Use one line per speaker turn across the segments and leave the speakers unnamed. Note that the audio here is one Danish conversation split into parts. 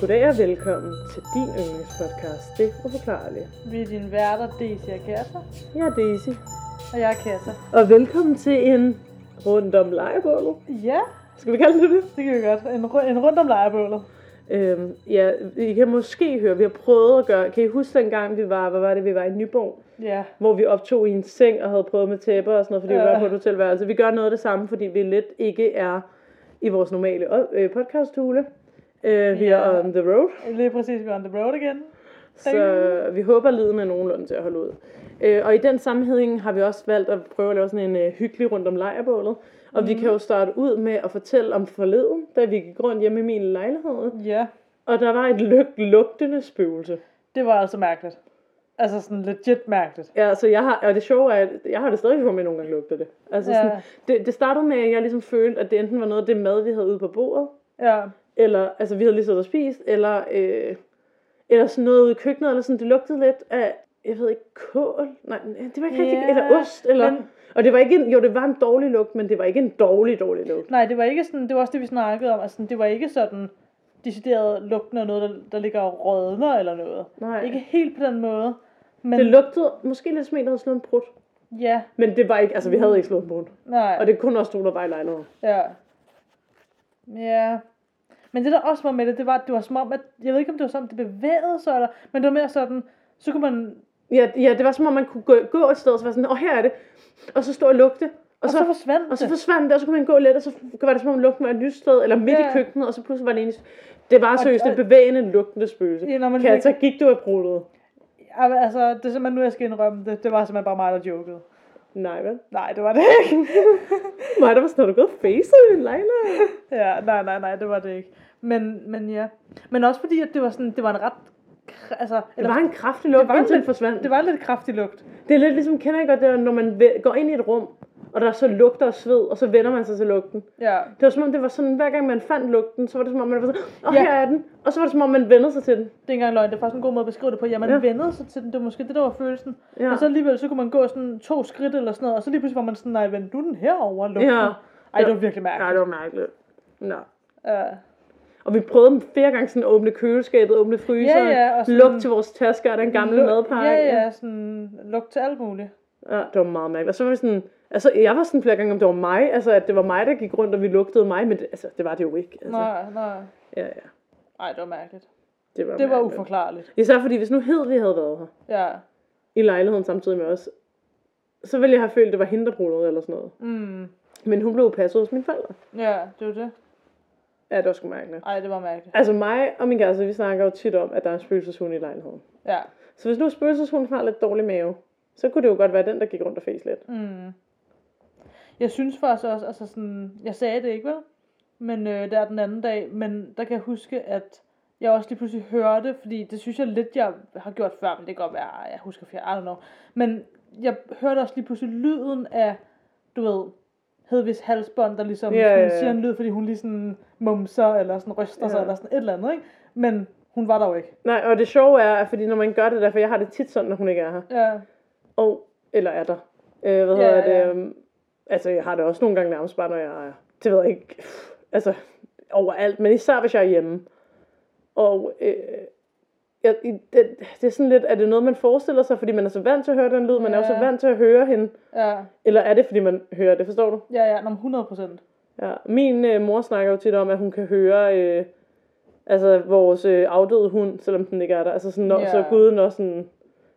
Goddag og velkommen til din yndlingspodcast, Det Uforklarlige.
Vi er dine værter, Daisy og Kasser.
Jeg er Daisy.
Og jeg er Kasser.
Og velkommen til en rundt om lejebålet.
Ja,
Skal vi kalde det det?
det kan vi godt. En, ru- en rundt om lejebålet.
Øhm, ja, I kan måske høre, vi har prøvet at gøre... Kan I huske dengang, vi var, hvad var det, vi var i Nyborg?
Ja,
Hvor vi optog i en seng og havde prøvet med tæpper og sådan noget, fordi vi
Ja.
var på et hotelværelse. Vi gør noget af det samme, fordi vi lidt ikke er i vores normale op- øh, podcasthule. Øh, vi
Ja.
er on the road.
lige præcis. Vi er on the road igen.
Så vi håber, lyden er nogenlunde til at holde ud. Øh, og i den sammenhæng har vi også valgt at prøve at lave sådan en øh, hyggelig rundt om lejrebålet. Og mm. vi kan jo starte ud med at fortælle om forleden, da vi gik rundt hjemme i min lejlighed.
Ja,
Og der var et lyk- lugtende spøgelse.
det var altså mærkeligt. Altså sådan legit mærkeligt.
Ja, så jeg har, og det sjove er, at jeg har det stadig for mig, nogle gange lugter det. Altså,
Ja.
ja. sådan, det, det startede med, at jeg ligesom følte, at det enten var noget af det mad, vi havde ude på bordet,
Ja,
eller altså vi havde lige siddet og spist, eller, øh, eller sådan noget ude i køkkenet, eller sådan, det lugtede lidt af, jeg ved ikke, kål, nej, det var ikke yeah,
Ja,
rigtigt, eller ost, eller,
men-
men, og det var ikke en, jo, det var en dårlig lugt, men det var ikke en dårlig, dårlig lugt.
nej, det var ikke sådan, det var også det, vi snakkede om. Altså, sådan, det var ikke sådan decideret lugten af noget, der, der ligger og rådner eller noget.
Nej,
Ikke
ikke.
helt på den måde. Men
det lugtede måske lidt som en, der havde slået en brud,
ja,
men det var ikke, altså vi havde ikke slået en brud,
nej.
og det er kun også to, der var i lejligheden.
Ja. Ja. Men det der også var med det, det var, at det var som om, at, jeg ved ikke om det var som om, det bevægede sig, eller, men det var mere sådan, så kunne man,
Ja, ja, det var som om, man kunne gå, gå et sted, og så var sådan, åh, her er det, og så stå og lugte, og,
og så, så forsvandt
Og så
det.
forsvandt det, og så kunne man gå lidt, og så var det som om lugten var et nyt sted, eller midt
Ja.
i køkkenet, og så pludselig var det en... Det var seriøst
og-
det bevægende lugtende spøgelse.
Ja, når man
kan jeg
virkelig-
så gik du af bruddet?
Ja, men altså, det er simpelthen nu, jeg skal indrømme det. Det var simpelthen bare mig, der jokede.
Nej, vel?
Nej, det var det ikke.
Nej, der var sådan, har du gået og facet i en lejlighed?
ja, nej, nej, nej, det var det ikke. Men, men ja. Men også fordi, at det var sådan, det var en ret, kr- altså,
Det
eller,
var en kraftig lugt,
Det var en
indtil den
lidt-
forsvandt.
det var en lidt kraftig lugt.
Det er lidt ligesom, kender I godt det, når man væ- går ind i et rum, og der så lugter og sved, og så vender man sig til lugten.
Ja.
Det var som om, det var sådan, hver gang man fandt lugten, så var det som om, man var sådan, åh,
Ja.
her er den. Og så var det som om, man vendte sig til den.
Det er ikke engang løgn, det er faktisk en god måde at beskrive det på. Ja, man
Ja.
ja. vendede sig til den, det var måske det, der var følelsen.
Ja.
Ja. Men så alligevel, så kunne man gå sådan to skridt eller sådan noget, og så lige pludselig var man sådan, nej, vend du den herover lugten?
Ja.
Ej, det var virkelig
Ja,
mærkeligt.
det var mærkeligt. Nå.
Ja.
Og vi prøvede dem flere gange sådan at åbne køleskabet, åbne fryseren,
Ja, ja, og sådan-
lugte til vores tasker og den gamle
Lug-
madpakke.
Ja, ja, sådan lugt til alt muligt.
ja. det var meget mærkeligt. Og så var vi sådan, altså jeg var sådan flere gange, om det var mig, altså at det var mig, der gik rundt, og vi lugtede mig, men det, altså, det var det jo ikke. Altså,
Nej, nej.
Ja, ja.
Ej, det var mærkeligt.
Det var,
Det var
mærkeligt.
uforklarligt.
Især fordi, hvis nu hed vi havde været her
Ja.
i lejligheden samtidig med os, så ville jeg have følt, at det var hende, der brugte noget eller sådan noget.
Mm.
Men hun blev passet hos mine forældre.
Ja, det var det.
Ja, det var sgu mærkeligt.
Ej, det var mærkeligt.
Altså mig og min kæreste, vi snakker jo tit om, at der er en spøgelseshund i lejligheden.
Ja.
Så hvis nu spøgelseshunden har lidt dårlig mave, så kunne det jo godt være den, der gik rundt og fæs lidt.
Mm. Jeg synes faktisk også, altså sådan, jeg sagde det ikke, vel? Men øh, der den anden dag, men der kan jeg huske, at jeg også lige pludselig hørte, fordi det synes jeg lidt, jeg har gjort før, men det kan godt være, jeg husker fjern, I don't know. Men jeg hørte også lige pludselig lyden af, du ved, Hedvigs halsbånd, der ligesom
Ja,
yeah, sådan,
ja, ja.
siger en lyd, fordi hun lige sådan mumser, eller sådan ryster yeah.
Ja.
sig, eller sådan et eller andet, ikke? Men hun var der jo ikke.
Nej, og det sjove er, at fordi når man gør det der, for jeg har det tit sådan, når hun ikke er her.
Ja,
Og, eller er der. Øh, hvad
Ja,
hedder det?
ja.
øhm, altså, jeg har det også nogle gange nærmest bare, når jeg er, det ved jeg ikke, pff, altså, overalt. Men især, hvis jeg er hjemme. Og øh, jeg, i- det, det, er sådan lidt, er det noget, man forestiller sig, fordi man er så vant til at høre den lyd, man er jo så
Ja.
vant til at høre hende.
ja,
Eller er det, fordi man hører det, forstår du?
ja, ja, Nå, men 100 procent.
Ja. Min øh, mor snakker jo tit om, at hun kan høre øh, altså vores øh, afdøde hund, selvom den ikke er der. Altså sådan, når,
Ja.
så guden også sådan...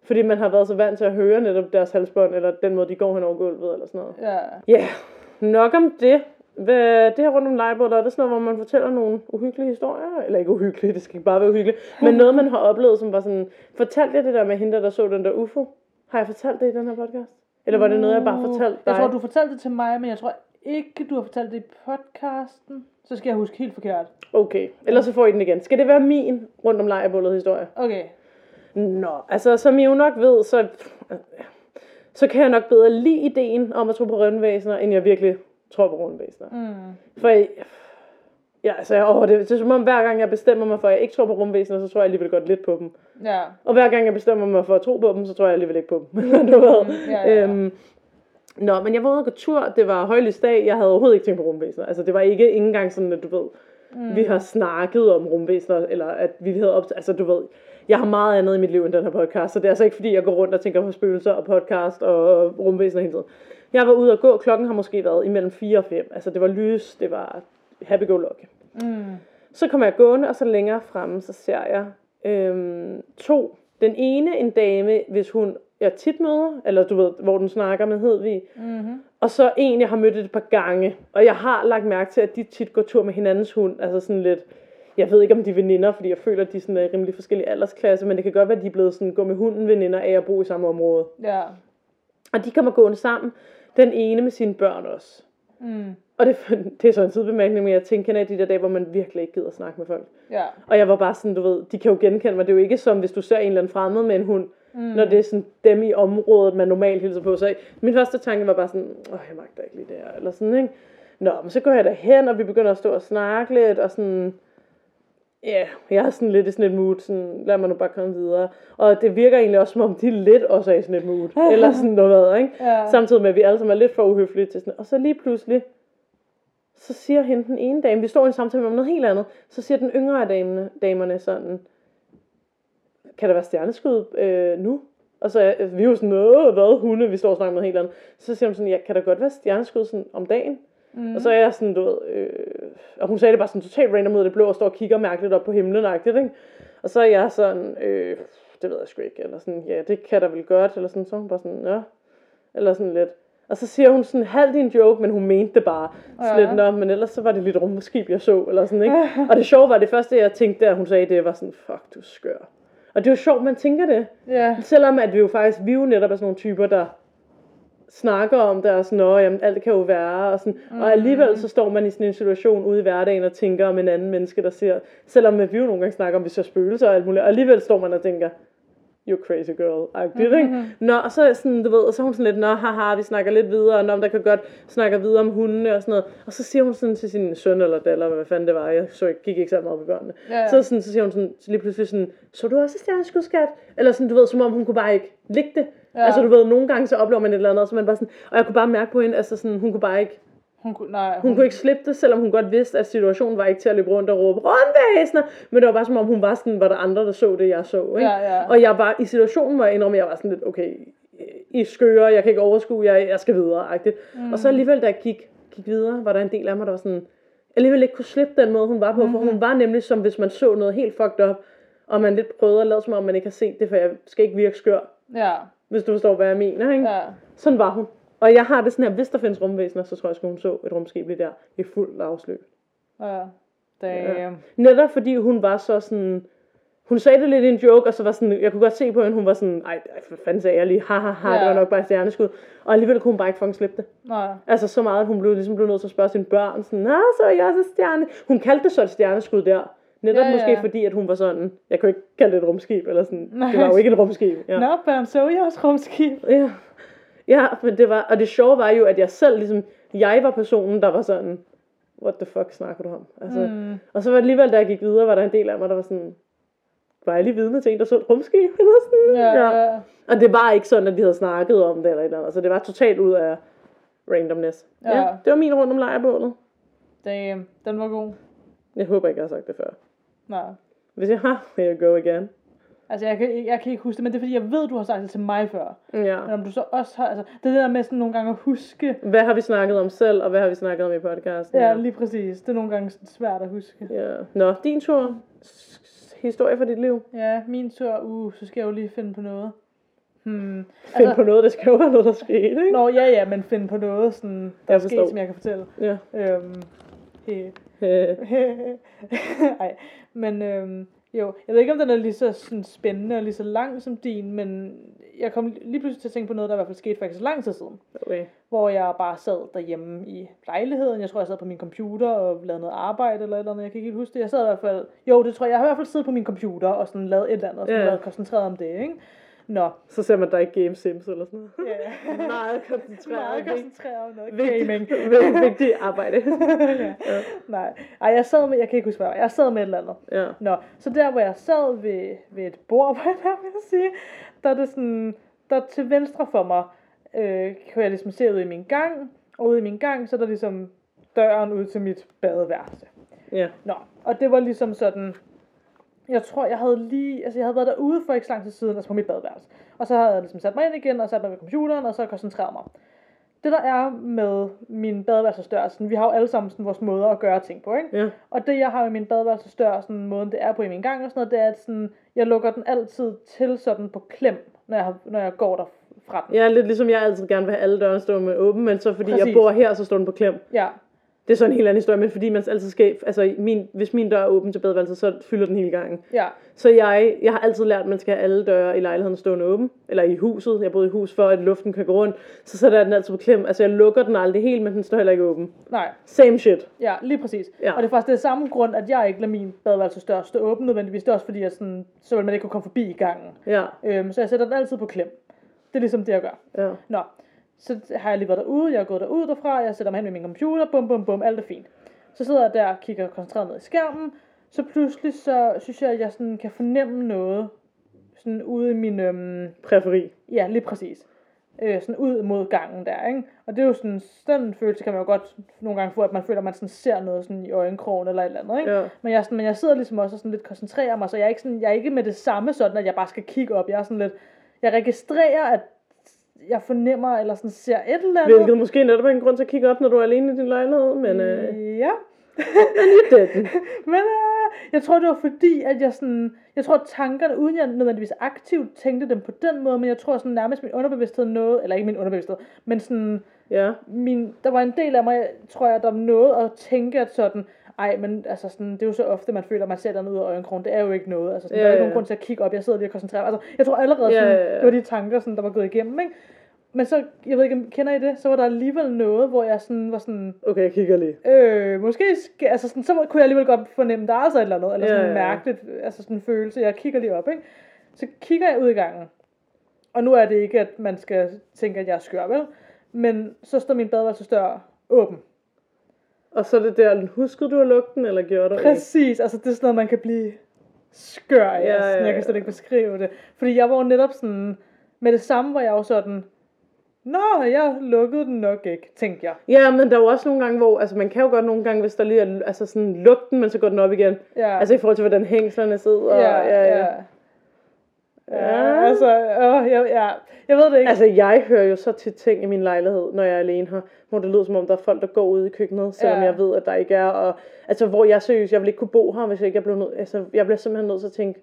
Fordi man har været så vant til at høre netop deres halsbånd, eller den måde, de går hen over gulvet, eller sådan noget.
Ja.
Ja, yeah. nok om det. Hvad, det her rundt om legebålet, er det sådan noget, hvor man fortæller nogle uhyggelige historier? Eller ikke uhyggelige, det skal ikke bare være uhyggeligt. Men noget, man har oplevet, som var sådan... Fortalte jeg det der med hende, der så den der UFO? Har jeg fortalt det i den her podcast? Eller var det noget, jeg bare
Uh,
fortalte dig?
Jeg tror, du fortalte det til mig, men jeg tror ikke, du har fortalt det i podcasten. Så skal jeg huske helt forkert.
Okay, ellers så får I den igen. Skal det være min rundt om lejebålet historie?
Okay.
Nå, altså som I jo nok ved, så, så kan jeg nok bedre lide ideen om at tro på rønvæsener, end jeg virkelig tror på rønvæsener.
Mm.
For jeg, ja, altså, jeg, åh, det, det er som om hver gang jeg bestemmer mig for, at jeg ikke tror på rumvæsener, så tror jeg alligevel godt lidt på dem.
Ja.
Og hver gang jeg bestemmer mig for at tro på dem, så tror jeg alligevel ikke på dem. du ved.
Mm, ja, ja.
Øhm, Nå, men jeg var ude og gå tur, det var højlysdag, jeg havde overhovedet ikke tænkt på rumvæsener. Altså, det var ikke, ikke engang sådan, at du ved, Mm. Vi har snakket om rumvæsener, eller at vi havde op... Altså, du ved, jeg har meget andet i mit liv end den her podcast, så det er altså ikke, fordi jeg går rundt og tænker på spøgelser og podcast og rumvæsener hele tiden. Jeg var ude og gå, klokken har måske været imellem 4 og 5. Altså, det var lys, det var happy-go-lucky.
Mm.
Så kommer jeg gående, og så længere fremme, så ser jeg øhm, to. Den ene, en dame, hvis hun jeg tit møder, eller du ved, hvor den snakker med Hedvig.
Mm-hmm.
Og så en, jeg har mødt et par gange. Og jeg har lagt mærke til, at de tit går tur med hinandens hund. Altså sådan lidt, jeg ved ikke om de er veninder, fordi jeg føler, at de er sådan er rimelig forskellige aldersklasse, men det kan godt være, at de er blevet sådan gå med hunden veninder af at bo i samme område.
Ja.
Og de kommer gående sammen, den ene med sine børn også.
Mm.
Og det, det er så en sidebemærkning, men jeg tænker, kender I de der dage, hvor man virkelig ikke gider snakke med folk.
Ja.
Og jeg var bare sådan, du ved, de kan jo genkende mig. Det er jo ikke som, hvis du ser en eller anden fremmed med en hund, mm. når det er sådan dem i området, man normalt hilser på. Så min første tanke var bare sådan, åh, jeg magter ikke lige det her, eller sådan, ikke? Nå, men så går jeg derhen, og vi begynder at stå og snakke lidt, og sådan, ja, yeah, jeg er sådan lidt i sådan et mood, sådan, lad mig nu bare komme videre. Og det virker egentlig også, som om de lidt også er i sådan et mood, eller sådan noget, ikke?
Ja.
Samtidig med, at vi alle sammen er lidt for uhøflige til sådan Og så lige pludselig, så siger hende den ene dame, vi står i en samtale om noget helt andet, så siger den yngre af damerne, damerne sådan, kan der være stjerneskud øh, nu? Og så er altså, vi er jo sådan, noget, hvad hunde, vi står og snakker om noget helt andet. Så siger hun sådan, ja, kan der godt være stjerneskud sådan om dagen?
Mm.
Mm. Og så er jeg sådan, du ved, øh, og hun sagde det bare sådan totalt random ud af det blå, og står og kigger mærkeligt op på himlen, agtigt, ikke? Og så er jeg sådan, øh, det ved jeg sgu ikke, eller sådan, ja, det kan der vel godt, eller sådan, så er hun bare sådan, ja, eller sådan lidt. Og så siger hun sådan halvt i en joke, men hun mente det bare. Så
Ja.
ja. lidt, nå, men ellers så var det lidt rumskib, jeg så, eller sådan, ikke? og det sjove var, det første, jeg tænkte, da hun sagde det, var sådan, fuck, du er skør. Og det er jo sjovt, man tænker det.
Ja.
Selvom at vi jo faktisk, vi jo netop er sådan nogle typer, der snakker om det, og sådan, "Nå, jamen, alt kan jo være, og, sådan. Mm. og alligevel så står man i sådan en situation ude i hverdagen og tænker om en anden menneske, der siger, selvom at vi jo nogle gange snakker om, at vi ser spøgelser og alt muligt, og alligevel står man og tænker, you crazy girl, agtigt,
Mm-hmm.
ikke? Nå, og så, er jeg sådan, du ved, og så er hun sådan lidt, nå, haha, vi snakker lidt videre, og nå, men der kan godt snakke videre om hundene og sådan noget. Og så siger hun sådan til sin søn eller datter, hvad fanden det var, jeg så ikke, gik ikke så meget på børnene.
Ja.
Så, sådan, så siger hun sådan, så lige pludselig sådan, så du også et stjerneskud, skat? Eller sådan, du ved, som om hun kunne bare ikke ligge det.
Ja.
Ja. Altså du ved, nogle gange så oplever man et eller andet, og så er man bare sådan, og jeg kunne bare mærke på hende, altså sådan, hun kunne bare ikke,
Hun kunne, nej,
hun kunne ikke slippe det, selvom hun godt vidste, at situationen var ikke til at løbe rundt og råbe, rundvæsener, men det var bare som om hun var sådan, var der andre, der så det, jeg så, ikke?
Ja, ja.
Og jeg var i situationen, hvor jeg indrømmer, jeg var sådan lidt, okay, I er skøre, jeg kan ikke overskue, jeg, jeg skal videre, agtigt. Mm. Og så alligevel, da jeg gik, gik videre, var der en del af mig, der var sådan, alligevel ikke kunne slippe den måde, hun var på, mm-hmm. for hun var nemlig som, hvis man så noget helt fucked up, og man lidt prøvede at lade som om, man ikke har set det, for jeg skal ikke virke skør,
Ja.
hvis du forstår, hvad jeg mener, ikke?
Ja.
Sådan var hun. Og jeg har det sådan her, hvis der findes rumvæsener, så tror jeg, at hun så et rumskib lige der i fuld afsløb.
Ja. Damn.
Netop fordi hun var så sådan... Hun sagde det lidt i en joke, og så var sådan, jeg kunne godt se på hende, hun var sådan, ej, ej, hvad fanden sagde jeg lige, ha, ha, ha,
Ja.
det var nok bare et stjerneskud. Og alligevel kunne hun bare ikke fucking slippe det.
Nej.
Altså så meget, at hun blev, ligesom blev nødt til at spørge sine børn, sådan, nej, så er jeg også et stjerne. Hun kaldte det så et stjerneskud der. Netop
Ja, ja.
ja, ja. måske fordi, at hun var sådan, jeg kunne ikke kalde det et rumskib, eller sådan,
Nej.
det var jo ikke et rumskib. Ja.
Nå, børn, så jeg også rumskib.
Ja. ja, men det var, og det sjove var jo, at jeg selv ligesom, jeg var personen, der var sådan, what the fuck snakker du om? Altså,
Mm.
og så var det alligevel, da jeg gik videre, var der en del af mig, der var sådan, var jeg lige vidne til en, der så et rumskib? Eller sådan.
Ja, ja.
Og det var ikke sådan, at vi havde snakket om det eller et eller andet. Altså, det var totalt ud af randomness.
Ja.
det var min rundt om lejrebålet.
Damn. Den var god.
Jeg håber ikke, jeg har sagt det før.
Nej.
Hvis jeg har, here you go again.
Altså, jeg kan, jeg kan ikke huske det, men det er fordi, jeg ved, du har sagt det til mig før.
Ja.
Men om du så også har, altså, det er det der med sådan nogle gange at huske.
Hvad har vi snakket om selv, og hvad har vi snakket om i podcasten?
Ja, lige præcis. Det er nogle gange sådan svært at huske.
ja. Nå, din tur. S- s- Historie for dit liv.
Ja, min tur. Uh, så skal jeg jo lige finde på noget. Hmm.
Find
Altså-
på noget, der skal jo være noget, der skete, ikke?
Nå, ja, ja, men finde på noget, sådan, der er
Jeg
sket,
forstår.
som jeg kan fortælle.
Ja.
Øhm, he.
Øh,
Ej, men øhm, jo, jeg ved ikke, om den er lige så sådan, spændende og lige så lang som din, men jeg kom lige pludselig til at tænke på noget, der i hvert fald skete for ikke så lang tid siden.
Okay.
hvor jeg bare sad derhjemme i lejligheden. Jeg tror, jeg sad på min computer og lavede noget arbejde eller et eller andet. Jeg kan ikke helt huske det. Jeg sad i hvert fald... Jo, det tror jeg. Jeg har i hvert fald siddet på min computer og sådan lavet et eller andet. Og sådan
Ja.
været koncentreret om det, ikke? Nå.
Så ser man dig ikke game sims eller sådan noget.
Ja.
Meget
Meget
koncentreret.
koncentreret om noget
Vigtigt-
gaming.
vigtigt- Vigtigt arbejde.
ja.
Ja.
Nej. Ej, jeg sad med... Jeg kan ikke huske, hvad jeg var. Jeg sad med et eller andet.
Ja.
Nå, så der hvor jeg sad ved, ved et bord, hvor jeg der vil jeg sige, der er det sådan, der til venstre for mig, øh, kan jeg ligesom se ud i min gang, og ude i min gang, så er der ligesom døren ud til mit badeværelse.
Ja.
Nå, og det var ligesom sådan, jeg tror, jeg havde lige, altså jeg havde været derude for ikke så lang tid siden, altså på mit badeværelse. Og så havde jeg ligesom sat mig ind igen, og sat mig ved computeren, og så koncentreret mig. Det der er med min badeværelsesdør, sådan, vi har jo alle sammen sådan vores måder at gøre ting på, ikke?
Ja.
Og det, jeg har i min badeværelsesdør, sådan måden det er på i min gang og sådan noget, det er, at sådan, jeg lukker den altid til sådan på klem, når jeg, har- når jeg går der fra den.
ja, lidt ligesom jeg altid gerne vil have alle dørene stående åben, men så fordi Præcis. jeg
Præcis.
bor her, så står den på klem.
Ja.
Det er så en helt anden historie, men fordi man altid skal, altså min, hvis min dør er åben til badeværelset, så fylder den hele gangen.
ja.
Så jeg, jeg har altid lært, at man skal have alle døre i lejligheden stående åben, eller i huset. Jeg boede i hus for, at luften kan gå rundt, så sætter jeg den altid på klem. Altså jeg lukker den aldrig helt, men den står heller ikke åben.
Nej.
Same shit.
Ja, lige præcis.
Ja.
Ja. Og det er faktisk det samme grund, at jeg ikke lader min badeværelsesdør stå åben nødvendigvis. Det er også fordi, at sådan, så vil man ikke kunne komme forbi i gangen.
Ja,
Øhm, så jeg sætter den altid på klem. Det er ligesom det, jeg gør.
ja.
Nå, så har jeg lige været derude, jeg er gået derud derfra, jeg sætter mig hen ved min computer, bum bum bum, alt er fint. Så sidder jeg der og kigger koncentreret ned i skærmen, så pludselig så synes jeg, at jeg sådan kan fornemme noget, sådan ude i min, øhm,
Præferi.
ja lige præcis, øh, sådan ud mod gangen der, ikke? Og det er jo sådan, sådan en følelse kan man jo godt nogle gange få, at man føler, at man sådan ser noget sådan i øjenkrogen eller et eller andet, ikke?
Ja.
Men jeg, er sådan, men jeg sidder ligesom også og sådan lidt koncentrerer mig, så jeg er, ikke sådan, jeg er ikke med det samme sådan, at jeg bare skal kigge op. Jeg er sådan lidt, jeg registrerer, at jeg fornemmer eller sådan ser et eller andet.
Hvilket måske netop er en grund til at kigge op, når du er alene i din lejlighed, men øh,
Ja,
det er den.
men øh, jeg tror, det var fordi, at jeg sådan, jeg tror, at tankerne, uden jeg nødvendigvis aktivt tænkte dem på den måde, men jeg tror sådan nærmest min underbevidsthed nåede, eller ikke min underbevidsthed, men sådan,
Ja.
min, der var en del af mig, tror jeg, der nåede at tænke, at sådan, ej, men altså sådan, det er jo så ofte, man føler, at man ser den ud af øjenkrogen. Det er jo ikke noget. Altså, sådan,
Ja,
der er
ja.
ikke nogen grund til at kigge op. Jeg sidder lige og koncentrerer mig. Altså, jeg tror allerede,
Ja,
sådan,
ja, ja.
det var de tanker, sådan, der var gået igennem. Ikke? Men så, jeg ved ikke, om- kender I det? Så var der alligevel noget, hvor jeg sådan var sådan,
Okay, jeg kigger lige.
øh, måske, skal, altså sådan, så kunne jeg alligevel godt fornemme, der er altså et eller andet, eller
Ja,
sådan
ja,
ja,
ja.
mærke det, altså sådan en følelse, jeg kigger lige op, ikke? Så kigger jeg ud i gangen, og nu er det ikke, at man skal tænke, at jeg er skør, vel? Men så står min badeværelsesdør åben.
Og så er det der, huskede du at lukke den, eller gjorde du ikke?
Præcis, altså det er sådan noget, man kan blive skør af,
Ja,
ja, ja,
ja,
ja. jeg
ja.
kan slet ikke beskrive det. Fordi jeg var jo netop sådan, med det samme var jeg jo sådan, Nå, jeg lukkede den nok ikke, tænkte jeg.
Ja, men der er jo også nogle gange, hvor, altså man kan jo godt nogle gange, hvis der lige er, altså sådan, luk den, men så går den op igen.
Ja.
Altså i forhold til, hvordan hængslerne sidder. og,
Ja, altså, åh, jeg, ja. jeg ved det ikke.
Altså, jeg hører jo så tit ting i min lejlighed, når jeg er alene her, hvor det lyder som om, der er folk, der går ud i køkkenet, selvom
Ja.
jeg ved, at der ikke er. Og, altså, hvor jeg seriøst, jeg ville ikke kunne bo her, hvis ikke jeg blev nødt. Altså, jeg bliver simpelthen nødt til at tænke,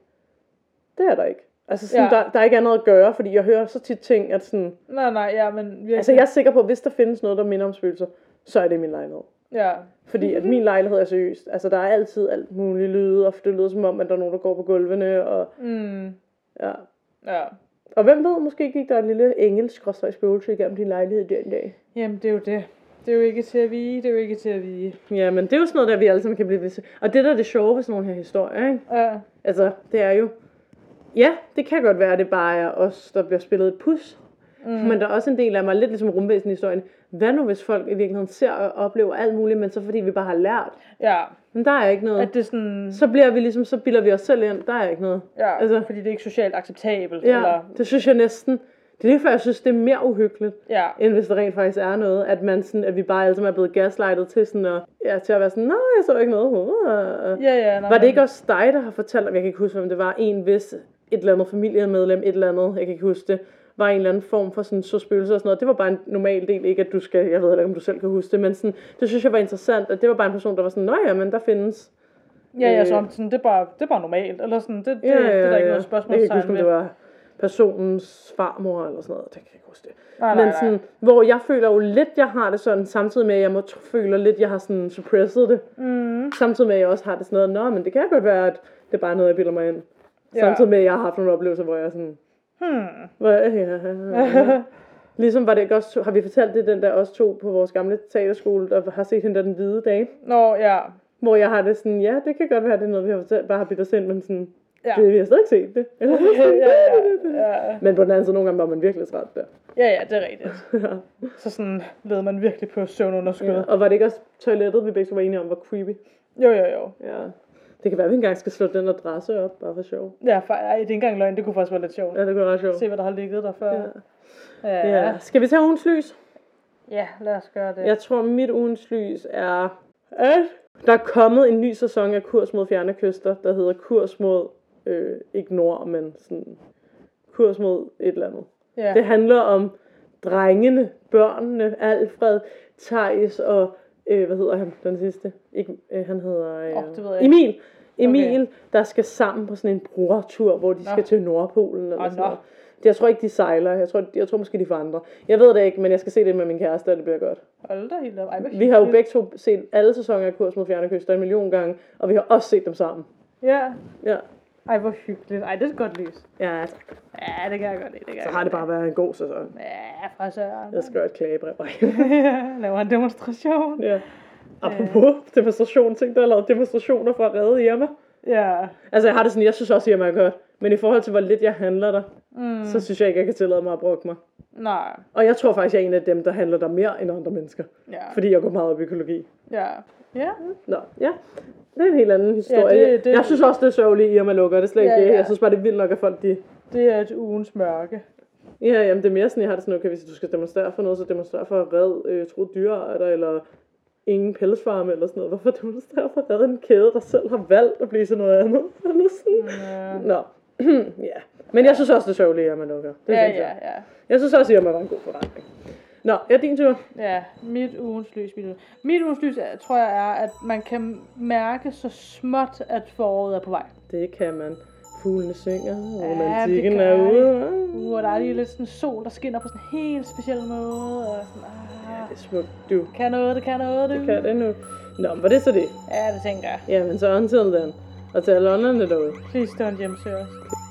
det er der ikke. Altså, sådan, ja.
Ja.
der, der ikke er noget at gøre, fordi jeg hører så tit ting, at sådan...
nej, nej, ja, men virkelig.
Altså, jeg er sikker på, at hvis der findes noget, der minder om spøgelser, så er det i min lejlighed.
Ja,
Fordi
Mhm.
at min lejlighed er seriøst. Altså, der er altid alt muligt lyde, og det lyder som om, at der er nogen, der går på gulvene, og
mm,
ja.
ja.
Og hvem ved, måske gik der en lille engelsk spøgelse igennem din lejlighed den dag.
Jamen, det er jo det. Det er jo ikke til at vige, det er jo ikke til at vige.
Ja, men det er jo sådan noget, der vi alle sammen kan blive ved til. Og det der er det sjove ved sådan nogle her historier, ikke?
Ja,
Altså, det er jo... Ja, det kan godt være, at det bare er os, der bliver spillet et pus. Mm. Men der er også en del af mig, lidt ligesom rumvæsen-historien. Hvad nu, hvis folk i virkeligheden ser og oplever alt muligt, men så fordi vi bare har lært?
ja.
Men der er ikke noget.
at det er sådan,
Så bliver vi ligesom, så bilder vi os selv ind. Der er ikke noget.
ja,
altså-
altså, fordi det er ikke socialt acceptabelt, ja.
Ja,
eller,
det synes jeg næsten... Det er derfor, jeg synes, det er mere uhyggeligt,
ja,
end hvis der rent faktisk er noget, at, man sådan, at vi bare alle sammen er blevet gaslightet til, sådan at, ja, til at være sådan, nej, jeg så ikke noget. Uh,
ja, ja, nej,
Var det
nej.
ikke også dig, der har fortalt, om jeg kan ikke huske, om det var en vis et eller andet familiemedlem, et eller andet, jeg kan ikke huske det, var en eller anden form for sådan, så spøgelser og sådan noget. Det var bare en normal del, ikke at du skal, jeg ved heller ikke, om du selv kan huske det, men sådan, det synes jeg var interessant, at det var bare en person, der var sådan, nå ja, men der findes.
ja, ja,
øh,
så om sådan, det er bare, det er bare normalt, eller sådan, det, det,
ja,
det er der ikke noget
Øh, Jeg kan ikke huske,
spørgsmålstegn
om
ved.
det var personens farmor eller sådan noget, det kan jeg ikke huske det.
Nej, nej,
Men
nej.
sådan, hvor jeg føler jo lidt, jeg har det sådan, samtidig med, at jeg må tro- føler lidt, jeg har sådan suppressed det.
Mm,
Samtidig med, at jeg også har det sådan noget, nå, men det kan godt være, at det er bare noget, jeg bilder mig ind. Ja.
Ja.
Samtidig med, at jeg har haft nogle oplevelser, hvor jeg er sådan...
hmm.
Hvor jeg, ja. ligesom var det ikke også, har vi fortalt det, den der også to på vores gamle teaterskole, der har set hende der den hvide dag,
Nå, ja,
hvor jeg har det sådan, ja, det kan godt være, det er noget, vi har fortalt, bare har bidt os ind, men sådan, ja.
Ja.
det, vi har stadig ikke set det. Eller
ja,
sådan,
ja, ja, ja.
Men på den anden side, nogle gange var man virkelig træt der.
Ja, ja, det er rigtigt. Så sådan led man virkelig på søvnunderskud.
Ja. Og var det ikke også toilettet, vi begge to var enige om, var creepy?
Jo, jo, jo.
Ja. Det kan være, at vi engang skal slå den adresse op, bare for sjov.
Ja, for, ej, det er ikke engang løgn. Det kunne faktisk være lidt sjovt.
Ja, det kunne være ret sjovt.
Se, hvad der har ligget der før.
Ja.
Ja,
Ja. Skal vi tage ugens lys?
ja lad os gøre det.
Jeg tror, mit ugens lys er, at øh, Der er kommet en ny sæson af Kurs mod Fjerne Kyster, der hedder Kurs mod, øh, ikke nord, men sådan, Kurs mod et eller andet.
Ja.
Det handler om drengene, børnene, Alfred, Thijs og, øh, hvad hedder han, den sidste? Ikke, øh, han hedder øh,
Åh, det ved jeg ikke.
Emil. Emil, okay. der skal sammen på sådan en brugertur, hvor de
Nå.
skal til Nordpolen eller
Åh,
sådan
nå.
noget. Det- Jeg tror ikke, de sejler. Jeg tror, jeg tror måske, de vandrer. Jeg ved det ikke, men jeg skal se det med min kæreste, og det bliver godt.
Hold da helt op. Ej, hvor
Vi har jo
hyggeligt.
begge to set alle sæsoner af Kurs mod Fjerne Kyster en million gange, og vi har også set dem sammen.
Ja.
Ja.
Ej, hvor hyggeligt. Ej, det er et godt lys.
Ja,
Ja, det kan jeg godt lide. Det kan
så
jeg
har det
godt
bare været en god sæson.
lide. Ja, fra søren.
Jeg skal gøre et klagebrev.
Laver en demonstration.
Ja. Apropos demonstration, ting der er lavet demonstrationer for at redde Irma.
Ja.
Altså jeg har det sådan, jeg synes også Irma er godt. Men i forhold til hvor lidt jeg handler der,
Mm.
mm. så synes jeg ikke, jeg kan tillade mig at brokke mig.
Nej.
Og jeg tror faktisk, jeg er en af dem, der handler der mere end andre mennesker.
Ja.
Fordi jeg går meget op i økologi.
Ja. Ja.
Nå, ja. Det er en helt anden historie.
det- det-
Jeg synes også, det er sørgeligt, at Irma lukker. Det er slet ikke
Ja,
ja, det.
ja.
Jeg synes bare, det er vildt nok, at folk de...
Det er et ugens mørke.
Ja, jamen det er mere sådan, jeg har det sådan, okay, hvis du skal demonstrere for noget, så demonstrere for at redde øh, tro dyrearter, eller ingen pelsfarme eller sådan noget. Hvorfor demonstrere for at redde en kæde, der selv har valgt at blive sådan noget andet? Eller sådan.
Ja,
Nå, ja. Men jeg synes også, det er sørgeligt, at man lukker. Det
ja,
synes jeg.
ja, ja.
Jeg synes også, at man var en god forretning. Nå, ja, din tur.
Ja, mit ugens lys. Mit, ugens- mit ugens lys, er- tror jeg, er, at man kan mærke så småt, at foråret er på vej.
Det kan man. Fuglene synger, og
Ja,
romantikken
det
er
gør
ude.
Uh, og der er lige lidt sådan sol, der skinner på sådan en helt speciel måde. Og sådan,
Ja,
ah,
det er smukt, du.
kan noget, det kan noget,
Det kan det nu. Nå, men var det så det?
Ja, det tænker jeg.
Jamen, så until then. Og til alle ånderne derude.
Please don't hjemsøge os.